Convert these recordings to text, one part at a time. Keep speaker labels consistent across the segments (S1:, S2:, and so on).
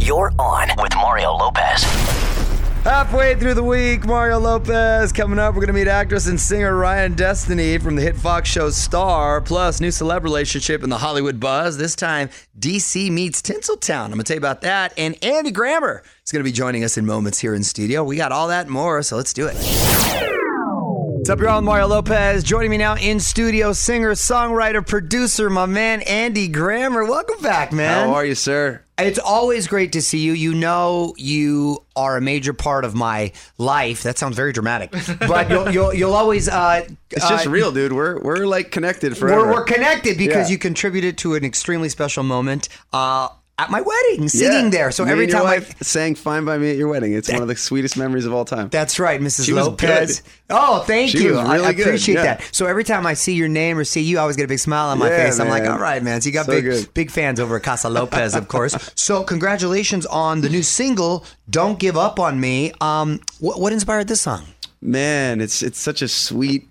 S1: You're on with Mario Lopez.
S2: Halfway through the week, Mario Lopez coming up. We're going to meet actress and singer Ryan Destiny from the hit Fox show Star, plus new celeb relationship in the Hollywood buzz. This time, DC meets Tinseltown. I'm going to tell you about that. And Andy Grammer is going to be joining us in moments here in studio. We got all that and more, so let's do it. What's up, y'all? I'm Mario Lopez. Joining me now in studio, singer, songwriter, producer, my man Andy Grammer. Welcome back, man.
S3: How are you, sir?
S2: It's always great to see you. You know, you are a major part of my life. That sounds very dramatic, but you'll you'll, you'll always. Uh,
S3: It's just real, dude. We're we're like connected forever.
S2: we're, we're connected because
S3: Yeah.
S2: you contributed to an extremely special moment uh, at my wedding, sitting there. So
S3: Me
S2: every
S3: and your
S2: time I.
S3: wife sang "Fine by Me" at your wedding. It's one of the sweetest memories of all time.
S2: That's right, Mrs.
S3: She was
S2: Lopez.
S3: good.
S2: Oh, thank
S3: She
S2: you.
S3: was
S2: I, I
S3: really good,
S2: appreciate
S3: yeah.
S2: that. So every time I see your name or see you, I always get a big smile on my
S3: Yeah,
S2: face. I'm like,
S3: man.
S2: all right, man. So you got
S3: So
S2: big
S3: good.
S2: big fans over at Casa Lopez, of course. so congratulations on the new single, Don't Give Up on Me. Um, what, what inspired this song?
S3: Man, it's it's such a sweet,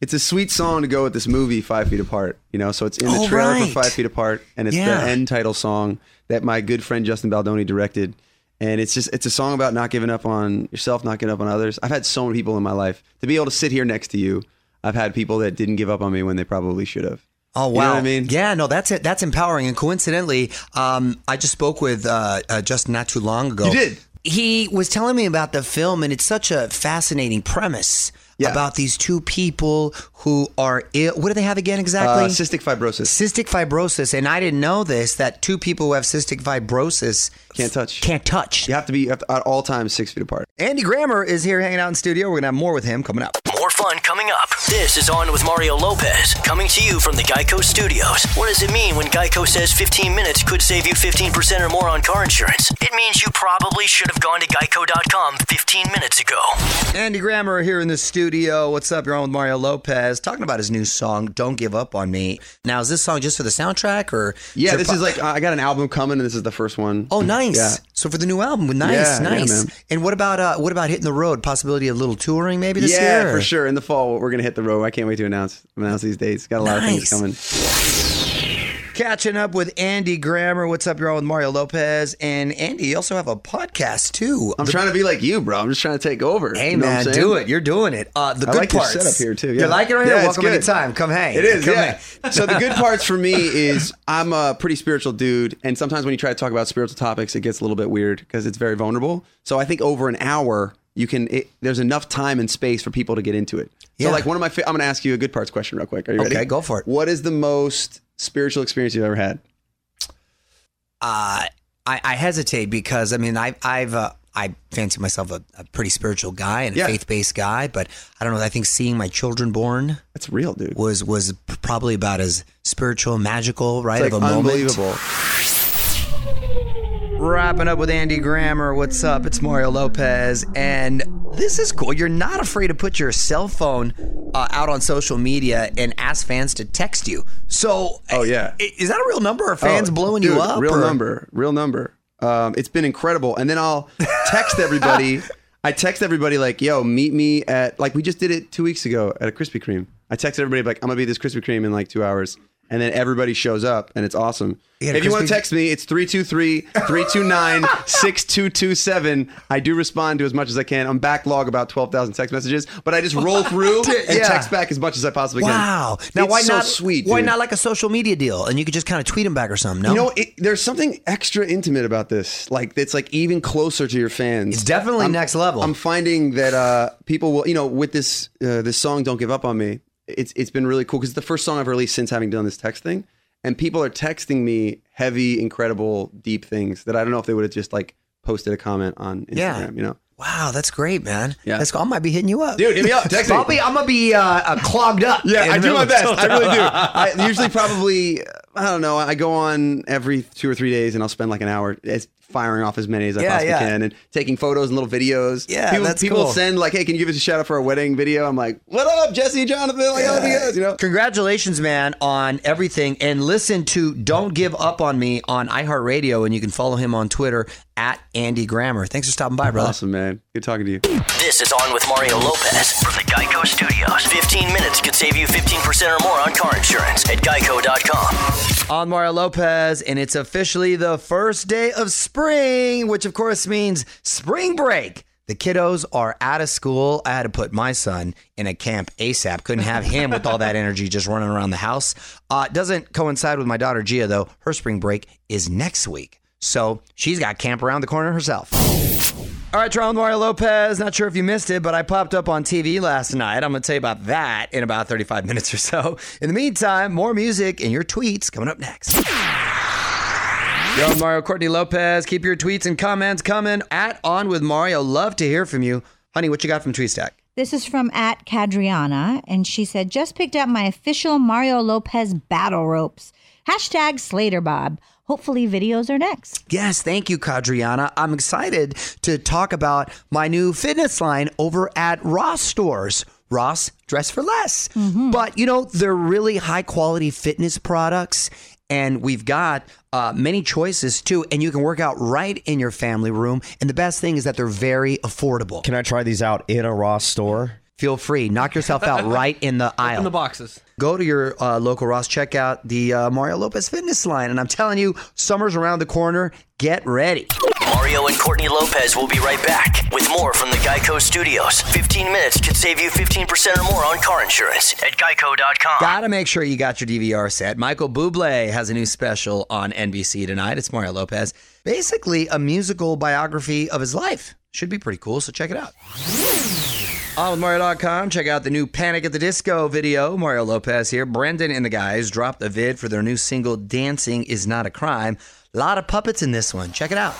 S3: it's a sweet song to go with this movie, Five Feet Apart. You know, so it's in the
S2: Oh,
S3: trailer
S2: right.
S3: for Five Feet Apart, and it's
S2: Yeah.
S3: the end title song that my good friend Justin Baldoni directed. And it's just it's a song about not giving up on yourself, not giving up on others. I've had so many people in my life to be able to sit here next to you. I've had people that didn't give up on me when they probably should have. Uh,
S2: Oh wow!
S3: You know what I mean?
S2: yeah, no, that's it. That's empowering. And coincidentally, um, I just spoke with uh, uh, Justin not too long ago.
S3: You did?
S2: He was telling me about the film, and it's such a fascinating premise
S3: Yeah.
S2: about these two people who are ill. What do they have again exactly?
S3: Uh, cystic fibrosis.
S2: cystic fibrosis, and I didn't know this that two people who have cystic fibrosis
S3: Can't touch.
S2: Can't touch.
S3: You have to be you have to, at all times six feet apart.
S2: Andy Grammer is here hanging out in studio. We're gonna have more with him coming up.
S1: More fun coming up. This is On with Mario Lopez, coming to you from the Geico Studios. What does it mean when Geico says 15 minutes could save you 15% or more on car insurance? It means you probably should have gone to geico.com 15 minutes ago.
S2: Andy Grammer here in the studio. What's up? You're on with Mario Lopez talking about his new song, Don't Give Up on Me. Now, is this song just for the soundtrack or?
S3: Yeah,
S2: there
S3: this
S2: po-
S3: is like I got an album coming, and this is the first one.
S2: Oh, nice.
S3: Yeah.
S2: So for the new album, nice,
S3: Yeah, yeah,
S2: nice.
S3: man.
S2: and what about uh, what about hitting the road? Possibility of a little touring maybe this
S3: yeah,
S2: year?
S3: for sure. In the fall, we're gonna hit the road. I can't wait to announce announce these dates. Got a lot
S2: Nice.
S3: of things
S2: Catching up with Andy Grammer. What's up? You're on with Mario Lopez and Andy. You also have a podcast too.
S3: coming. I'm trying to be like you, bro. I'm just trying to take over.
S2: Hey
S3: You know what I'm
S2: man,
S3: saying?
S2: do it. You're doing it. Uh, the
S3: I
S2: good
S3: like your
S2: parts.
S3: setup here, too, yeah.
S2: You like it right here?
S3: Yeah, it's
S2: Welcome
S3: good.
S2: anytime. Come hang.
S3: It is.
S2: Come
S3: yeah.
S2: hang.
S3: so the good parts for me is I'm a pretty spiritual dude, and sometimes when you try to talk about spiritual topics, it gets a little bit weird because it's very vulnerable. So I think over an hour, you can. It, there's enough time and space for people to get into it.
S2: Yeah.
S3: So like one of my, fa- I'm gonna ask you a good parts question real quick. Are you ready?
S2: Okay, go for it.
S3: What is the most spiritual experience you've ever had?
S2: uh, I, I hesitate because I mean I, I've uh, I fancy myself a, a pretty spiritual guy and a
S3: Yeah.
S2: faith based guy, but I don't know. I think seeing my children born
S3: That's real, dude.
S2: was was p- probably about as spiritual, magical, right?
S3: It's
S2: of
S3: like
S2: a moment.
S3: unbelievable.
S2: Wrapping up with Andy Grammer. What's up? It's Mario Lopez, and this is cool. You're not afraid to put your cell phone uh, out on social media and ask fans to text you. So,
S3: Oh, yeah.
S2: i- is that a real number? Are fans
S3: Oh,
S2: blowing you
S3: dude,
S2: up?
S3: Real
S2: or-
S3: number, real number. Um, it's been incredible. And then I'll text everybody. I text everybody like, "Yo, meet me at like we just did it two weeks ago at a Krispy Kreme." I text everybody like, "I'm gonna be at this Krispy Kreme in like two hours," and then everybody shows up, and it's awesome.
S2: Yeah,
S3: if you want
S2: Krispy-
S3: to text me, it's 323-329-6227. I do respond to as much as I can. I'm backlog about twelve thousand text messages, but I just roll through and
S2: Yeah.
S3: text back as much as I possibly can.
S2: Wow. Now,
S3: It's
S2: why
S3: so
S2: not?
S3: Sweet.
S2: why
S3: dude.
S2: not like a social media deal, and you could just kind of tweet them back or something? No,
S3: You know, it, there's something extra intimate about this. Like it's like even closer to your fans.
S2: It's definitely
S3: I'm-
S2: next level.
S3: I'm finding that uh, people will, you know, with this uh, this song "Don't Give Up on Me," it's it's been really cool because it's the first song I've released since having done this text thing, and people are texting me heavy, incredible, deep things that I don't know if they would have just like posted a comment on Instagram.
S2: Yeah.
S3: You know,
S2: wow, that's great, man.
S3: Yeah.
S2: that's cool. I might be hitting you up,
S3: Dude, hit me up. Text me.
S2: I'll be, I'm gonna be uh, uh, clogged up. in the
S3: I do
S2: middle
S3: my
S2: of
S3: best.
S2: social-
S3: I really do. I usually probably I don't know. I go on every two or three days, and I'll spend like an hour as firing off as many as I
S2: Yeah,
S3: possibly
S2: yeah.
S3: can, and taking photos and little videos.
S2: Yeah,
S3: people,
S2: that's
S3: people
S2: cool.
S3: send like, "Hey, can you give us a shout out for our wedding video?" I'm like, "What up, Jesse, Jonathan? Like, how you guys?" You know.
S2: Congratulations, man, on everything. And listen to Don't Give Up on Me on iHeartRadio, and you can follow him on Twitter at Andy Grammer. Thanks for stopping by, brother.
S3: Awesome, man. Good talking to you.
S1: This is On with Mario Lopez from the Geico Studios. 15 minutes could save you 15% or more on car insurance at geico.com.
S2: on Mario Lopez, and it's officially the first day of spring, which of course means spring break. The kiddos are out of school. I had to put my son in a camp ASAP. Couldn't have him with all that energy just running around the house. Uh, it doesn't coincide with my daughter Gia, though. Her spring break is next week. So she's got camp around the corner herself. All right, Toronto Mario Lopez. Not sure if you missed it, but I popped up on TV last night. I'm going to tell you about that in about 35 minutes or so. In the meantime, more music and your tweets coming up next. Yo, I'm Mario Courtney Lopez. Keep your tweets and comments coming at On With Mario. Love to hear from you. Honey, what you got from TweetStack?
S4: This is from at Cadriana, and she said, Just picked up my official Mario Lopez battle ropes. Hashtag Slater Bob. Hopefully, videos are next.
S2: Yes, thank you, Kadriana. I'm excited to talk about my new fitness line over at Ross Stores. Ross, dress for less. But, you know, they're really high quality fitness products. And we've got uh, many choices too. And you can work out right in your family room. And the best thing is that they're very affordable.
S5: Can I try these out in a Ross store?
S2: Feel free, knock yourself out right in the aisle.
S6: in the boxes.
S2: Go to your uh, local Ross, check out the uh, Mario Lopez Fitness line. And I'm telling you, summer's around the corner. Get ready.
S1: Mario and Courtney Lopez will be right back with more from the Geico Studios. 15 minutes could save you 15% or more on car insurance at geico.com.
S2: Gotta make sure you got your DVR set. Michael Bublé has a new special on NBC tonight. It's Mario Lopez. Basically, a musical biography of his life. Should be pretty cool, so check it out. On with Mario.com, check out the new Panic at the Disco video. Mario Lopez here. Brendan and the guys dropped a vid for their new single, Dancing is Not a Crime. A lot of puppets in this one. Check it out.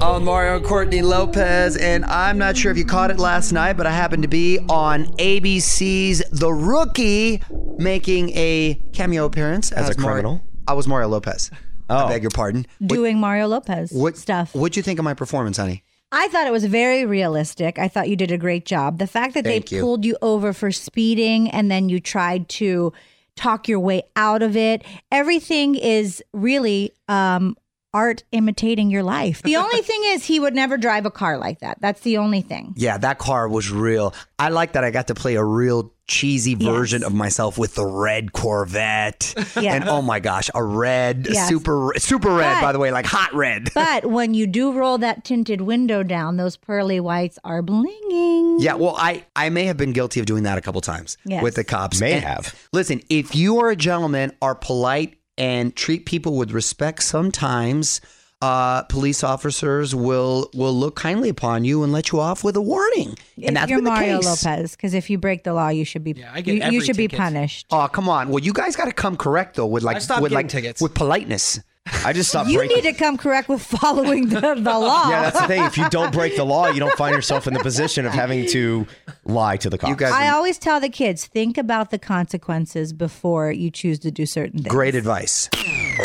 S2: On Mario and Courtney Lopez, and I'm not sure if you caught it last night, but I happened to be on ABC's The Rookie making a cameo appearance as,
S5: a
S2: Mario-
S5: criminal?
S2: I was Mario Lopez. I
S5: Oh.
S2: beg your pardon.
S4: Doing Mario Lopez
S2: What
S4: stuff.
S2: What'd you think of my performance, honey?
S4: I thought it was very realistic. I thought you did a great job. The fact that
S2: Thank
S4: they
S2: you.
S4: pulled you over for speeding and then you tried to talk your way out of it, everything is really um, art imitating your life. The only thing is, he would never drive a car like that. That's the only thing.
S2: Yeah, that car was real. I like that I got to play a real cheesy version of myself with the red Corvette.
S4: Yeah.
S2: And oh my gosh, a red,
S4: Yes.
S2: super, super red,
S4: But-
S2: by the way, like hot red.
S4: But when you do roll that tinted window down, those pearly whites are blinging.
S2: Yeah, well, I, I may have been guilty of doing that a couple times
S4: Yes.
S2: with the cops.
S5: May have.
S2: Listen, if you are a gentleman, are polite and treat people with respect, sometimes uh, police officers will will look kindly upon you and let you off with a warning.
S4: If
S2: and that's
S4: you're
S2: been the
S4: Mario
S2: case.
S4: Lopez, because if you break the law, you should be
S6: Yeah, I get
S4: you, you
S6: every
S4: should be
S6: ticket.
S4: punished.
S2: Oh come on! Well, you guys got to come correct though with like
S6: I stopped
S2: with
S6: getting
S2: like
S6: tickets.
S2: with politeness.
S5: I just stopped
S4: You
S5: breaking.
S4: need to come correct with following the, the law.
S5: yeah, that's the thing. If you don't break the law, you don't find yourself in the position of having to lie to the cops.
S2: You guys,
S4: I always tell the kids think about the consequences before you choose to do certain things.
S2: great advice.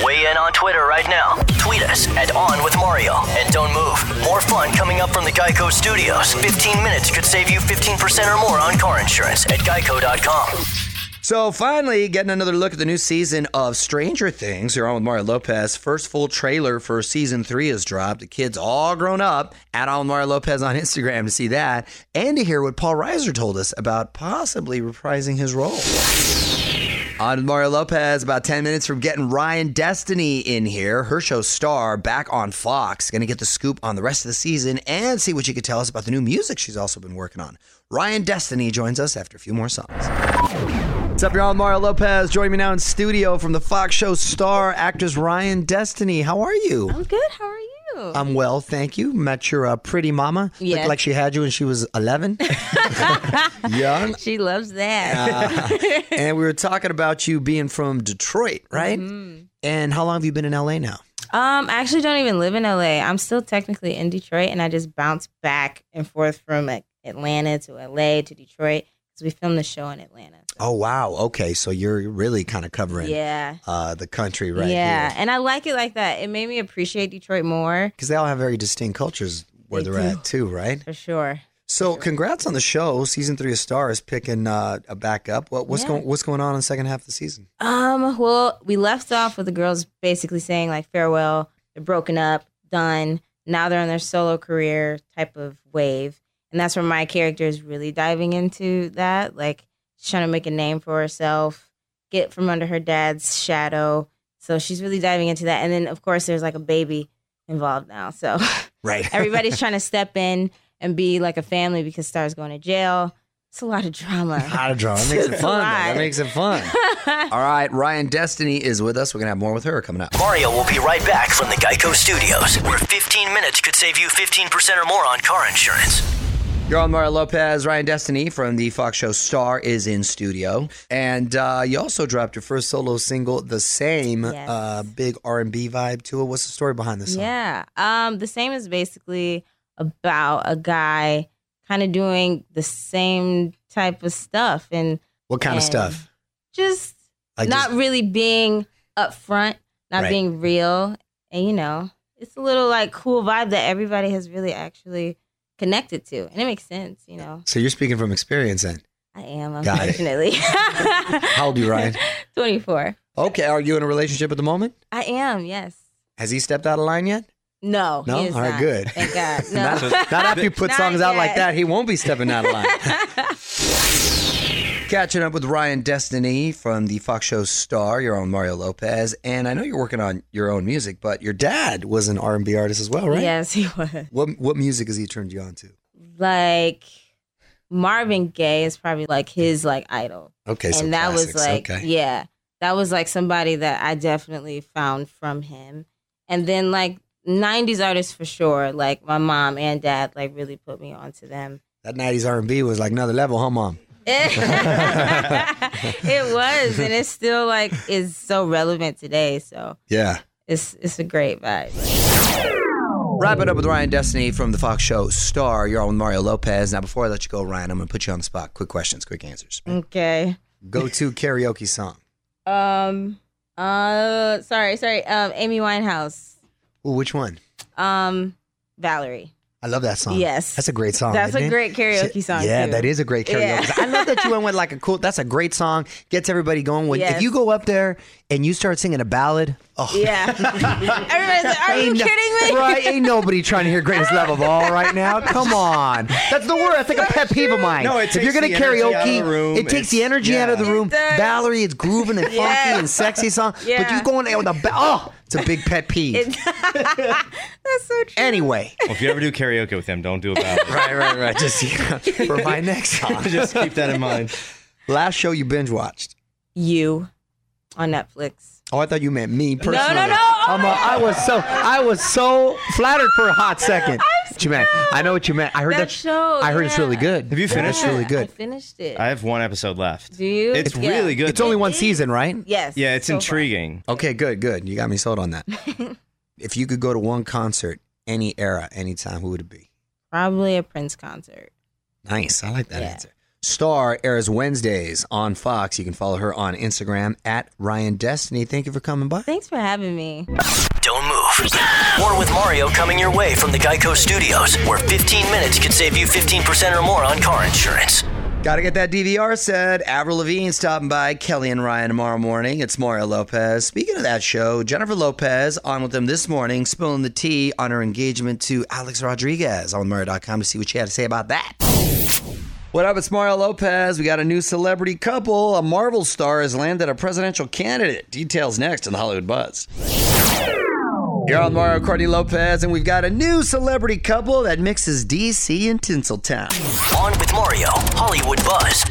S1: Weigh in on Twitter right now. Tweet us at On With Mario. And don't move. More fun coming up from the Geico Studios. 15 minutes could save you 15% or more on car insurance at geico.com.
S2: So finally, getting another look at the new season of Stranger Things. You're on with Mario Lopez. First full trailer for season three has dropped. The kids all grown up. Add on Mario Lopez on Instagram to see that and to hear what Paul Reiser told us about possibly reprising his role. On with Mario Lopez, about 10 minutes from getting Ryan Destiny in here. Her show star back on Fox. Gonna get the scoop on the rest of the season and see what she could tell us about the new music she's also been working on. Ryan Destiny joins us after a few more songs. What's up, y'all? I'm Mario Lopez. Joining me now in studio from the Fox show star actress Ryan Destiny. How are you?
S7: I'm good. How are you?
S2: I'm well, thank you. Met your uh, pretty mama. Looked
S7: Yes.
S2: like she had you when she was 11. Young.
S7: she loves that.
S2: And we were talking about you being from Detroit, right?
S7: Mm-hmm.
S2: And how long have you been in LA now?
S7: um, I actually don't even live in LA. I'm still technically in Detroit, and I just bounce back and forth from like, Atlanta to LA to Detroit because we filmed the show in Atlanta.
S2: Oh, wow. Okay. So you're really kind of covering
S7: Yeah.
S2: uh, the country right
S7: yeah,
S2: here.
S7: and I like it like that. It made me appreciate Detroit more
S2: Because they all have very distinct cultures where
S7: They
S2: are
S7: do.
S2: at, too, right?
S7: for sure.
S2: So, congrats on the show. Season three of Star is picking uh, a back up. What, what's
S7: Yeah.
S2: going What's going on in the second half of the season?
S7: Um, well, we left off with the girls basically saying like farewell, they're broken up, done. Now they're on their solo career type of wave. And that's where my character is really diving into that. Like she's trying to make a name for herself, get from under her dad's shadow. So she's really diving into that. And then, of course, there's like a baby involved now. So
S2: Right.
S7: everybody's trying to step in and be like a family because Star's going to jail. It's a lot of drama.
S2: Out of drama. That makes it
S7: It's a
S2: fun. though.
S7: lot.
S2: That makes it fun. All right. Ryan Destiny is with us. We're going to have more with her coming up.
S1: Mario will be right back from the Geico Studios, where 15 minutes could save you 15% or more on car insurance.
S2: You're on Mario Lopez. Ryan Destiny from the Fox show Star is in studio. And uh, you also dropped your first solo single, The Same.
S7: Yes.
S2: Uh, big R&B vibe to it. What's the story behind this song?
S7: Yeah. Um, the same is basically about a guy kind of doing the same type of stuff and
S2: What kind of
S7: And-
S2: stuff?
S7: just
S2: Like
S7: not
S2: just-
S7: really being upfront, not
S2: Right.
S7: being real. And you know, it's a little like cool vibe that everybody has really actually connected to. And it makes sense, you know.
S2: so you're speaking from experience then.
S7: I am,
S2: Got it.
S7: unfortunately. How
S2: How old are you, Ryan?
S7: 24.
S2: Okay. Are you in a relationship at the moment?
S7: I am, yes.
S2: Has he stepped out of line yet?
S7: No.
S2: No?
S7: he is
S2: All right,
S7: not.
S2: good.
S7: Thank God. No.
S2: Not, not after you put
S7: Not
S2: songs out like
S7: yet.
S2: that, he won't be stepping out of line. Catching up with Ryan Destiny from the Fox show Star. You're on Mario Lopez, and I know you're working on your own music, but your dad was an R&B artist as well, right?
S7: Yes, he was.
S2: What what music has he turned you on to?
S7: Like Marvin Gaye is probably like his like idol.
S2: Okay, so
S7: and that
S2: classics,
S7: was like
S2: okay.
S7: yeah that was like somebody that i definitely found from him and then like 90s artists for sure like my mom and dad like really put me onto them
S2: that '90s R&B was like another level, huh, mom?
S7: it was and it's still like is so relevant today so
S2: Yeah.
S7: it's it's a great vibe
S2: Wrap it up with Ryan Destiny from the Fox show Star. You're on with Mario Lopez. Now, before I let you go, Ryan, I'm going to put you on the spot. Quick questions, quick answers.
S7: okay
S2: Go to karaoke song.
S7: um uh sorry sorry um amy winehouse
S2: Ooh, which one?
S7: um valerie
S2: I love that song.
S7: Yes.
S2: that's a great song.
S7: that's
S2: Oh, isn't
S7: a
S2: it?
S7: great karaoke
S2: Shit.
S7: song
S2: Yeah,
S7: too.
S2: that is a great karaoke.
S7: Yeah.
S2: song. I love that you went with like a cool. That's a great song. Gets everybody going. When if
S7: Yes.
S2: you go up there and you start singing a ballad, oh,
S7: Yeah. Everybody's like, are you
S2: ain't no-
S7: kidding me?
S2: Right? Ain't nobody trying to hear greatest love of all right now. Come on, that's the word. That's like a pet peeve of mine.
S5: No, it
S2: if
S5: takes
S2: you're gonna
S5: the energy
S2: karaoke,
S5: out of the room.
S2: it takes the
S5: It's-
S2: energy out of the
S5: yeah.
S2: room.
S7: does.
S2: Valerie, it's grooving and funky
S7: Yeah.
S2: and sexy song. But
S7: Yeah.
S2: you going there with a ba- oh, it's a big pet peeve.
S7: That's so true.
S2: anyway,
S5: Well, if you ever do karaoke with him, don't do a ballad.
S2: right, right, right. Just yeah, for my next song.
S5: Just keep that in mind.
S2: Last show you binge watched.
S7: You on Netflix.
S2: Oh, I thought you meant me personally.
S7: no, no.
S2: I'm a, I was so I was so flattered for a hot 2nd what you meant? I know what you meant. I heard that,
S7: That show,
S2: I heard it's
S7: yeah.
S2: really good.
S5: Have you finished?
S2: It's really
S7: Yeah, I
S2: good.
S7: finished it.
S5: I have one episode left.
S7: Do you?
S5: It's
S7: Yeah.
S5: really good.
S2: It's only
S5: though.
S2: one season, right?
S7: yes.
S5: Yeah, it's
S7: so far.
S5: intriguing.
S2: Okay, good, good. You got me sold on that. if you could go to one concert, any era, anytime, who would it be?
S7: Probably a Prince concert.
S2: Nice. I like that
S7: Yeah.
S2: answer. Star airs Wednesdays on Fox. You can follow her on Instagram at Ryan Destiny. Thank you for coming by.
S7: Thanks for having me.
S1: Don't move. More with Mario coming your way from the Geico Studios, where 15 minutes could save you 15% or more on car insurance.
S2: Gotta get that DVR said. Avril Lavigne stopping by Kelly and Ryan tomorrow morning. It's Mario Lopez. Speaking of that show, Jennifer Lopez on with them this morning, spilling the tea on her engagement to Alex Rodriguez on Mario.com to see what she had to say about that. What up? It's Mario Lopez. We got a new celebrity couple. A Marvel star has landed a presidential candidate. Details next in the Hollywood Buzz. You're on Mario Courtney Lopez, and we've got a new celebrity couple that mixes DC and Tinseltown.
S1: On with Mario, Hollywood Buzz.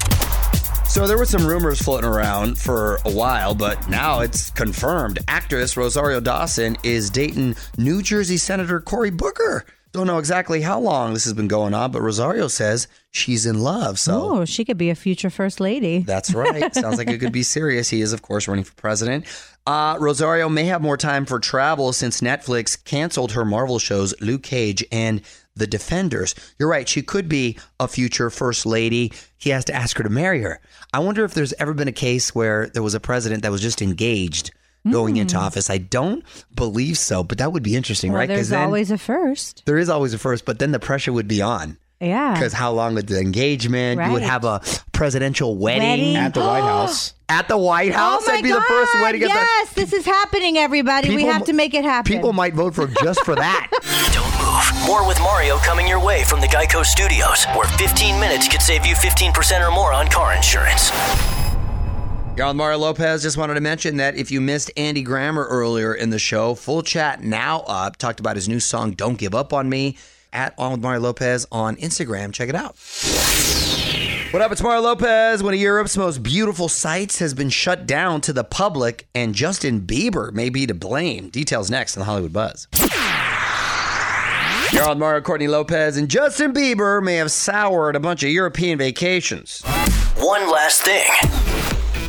S2: So there were some rumors floating around for a while, but now it's confirmed. Actress Rosario Dawson is dating New Jersey Senator Cory Booker. Don't know exactly how long this has been going on, but Rosario says she's in love. So
S4: Oh, she could be a future first lady.
S2: that's right. Sounds like it could be serious. He is, of course, running for president. Uh, Rosario may have more time for travel since Netflix canceled her Marvel shows, Luke Cage and The Defenders. You're right. She could be a future first lady. He has to ask her to marry her. I wonder if there's ever been a case where there was a president that was just engaged going into office. I don't believe so, but that would be interesting,
S4: Hmm. Well,
S2: right?
S4: there's
S2: then
S4: always a first.
S2: there is always a first, but then the pressure would be on.
S4: Yeah.
S2: Because how long would the engagement? You would
S4: Right.
S2: have a presidential wedding,
S4: Wedding.
S5: At the White House.
S2: at the White House.
S4: oh my
S2: That'd be
S4: God,
S2: the first wedding. at the-
S4: Yes, this is happening, everybody. we
S2: People-
S4: have to make it happen.
S2: People might vote for just for that.
S1: Don't move. More with Mario coming your way from the Geico Studios, where 15 minutes could save you 15% or more on car insurance.
S2: You're on Mario Lopez. Just wanted to mention that if you missed Andy Grammer earlier in the show, full chat now up. Talked about his new song, Don't Give Up on Me, at On With Mario Lopez on Instagram. Check it out. What up? It's Mario Lopez. One of Europe's most beautiful sites has been shut down to the public, and Justin Bieber may be to blame. Details next on the Hollywood Buzz. You're on Mario Courtney Lopez, and Justin Bieber may have soured a bunch of European vacations.
S1: One last thing.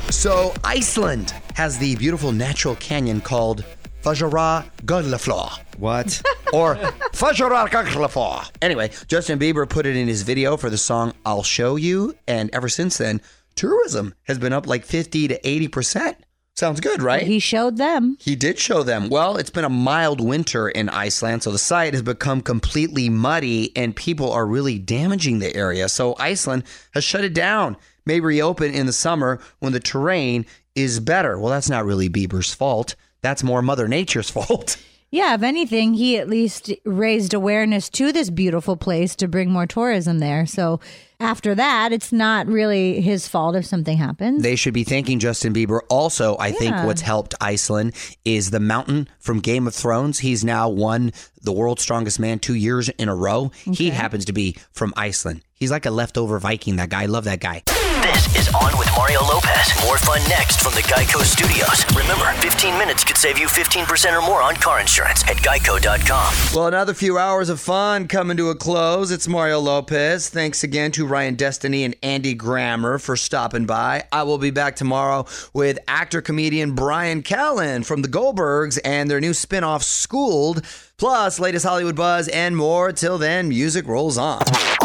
S2: So Iceland has the beautiful natural canyon called Fajara Gullaflaw.
S5: What?
S2: Or Fajara Gullaflaw. Anyway, Justin Bieber put it in his video for the song I'll Show You, and ever since then, tourism has been up like 50 to 80%. Sounds good, right?
S4: He showed them.
S2: He did show them. Well, it's been a mild winter in Iceland, so the site has become completely muddy and people are really damaging the area. So Iceland has shut it down, may reopen in the summer when the terrain is better. Well, that's not really Bieber's fault. That's more Mother Nature's fault.
S4: Yeah, if anything, he at least raised awareness to this beautiful place to bring more tourism there. So after that, it's not really his fault if something happens.
S2: They should be thanking Justin Bieber. Also, I think
S4: Yeah.
S2: what's helped Iceland is the mountain from Game of Thrones. He's now won the world's strongest man two years in a row. He happens to be from Iceland. He's like a leftover Viking, that guy. I love that guy.
S1: This is On with Mario Lopez. More fun next from the Geico Studios. Remember, 15 minutes could save you 15% or more on car insurance at geico.com.
S2: Well, another few hours of fun coming to a close. It's Mario Lopez. Thanks again to Ryan Destiny and Andy Grammer for stopping by. I will be back tomorrow with actor comedian Brian Callen from The Goldbergs and their new spin-off Schooled, plus latest Hollywood buzz and more. Till then, music rolls on.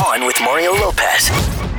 S1: On with Mario Lopez.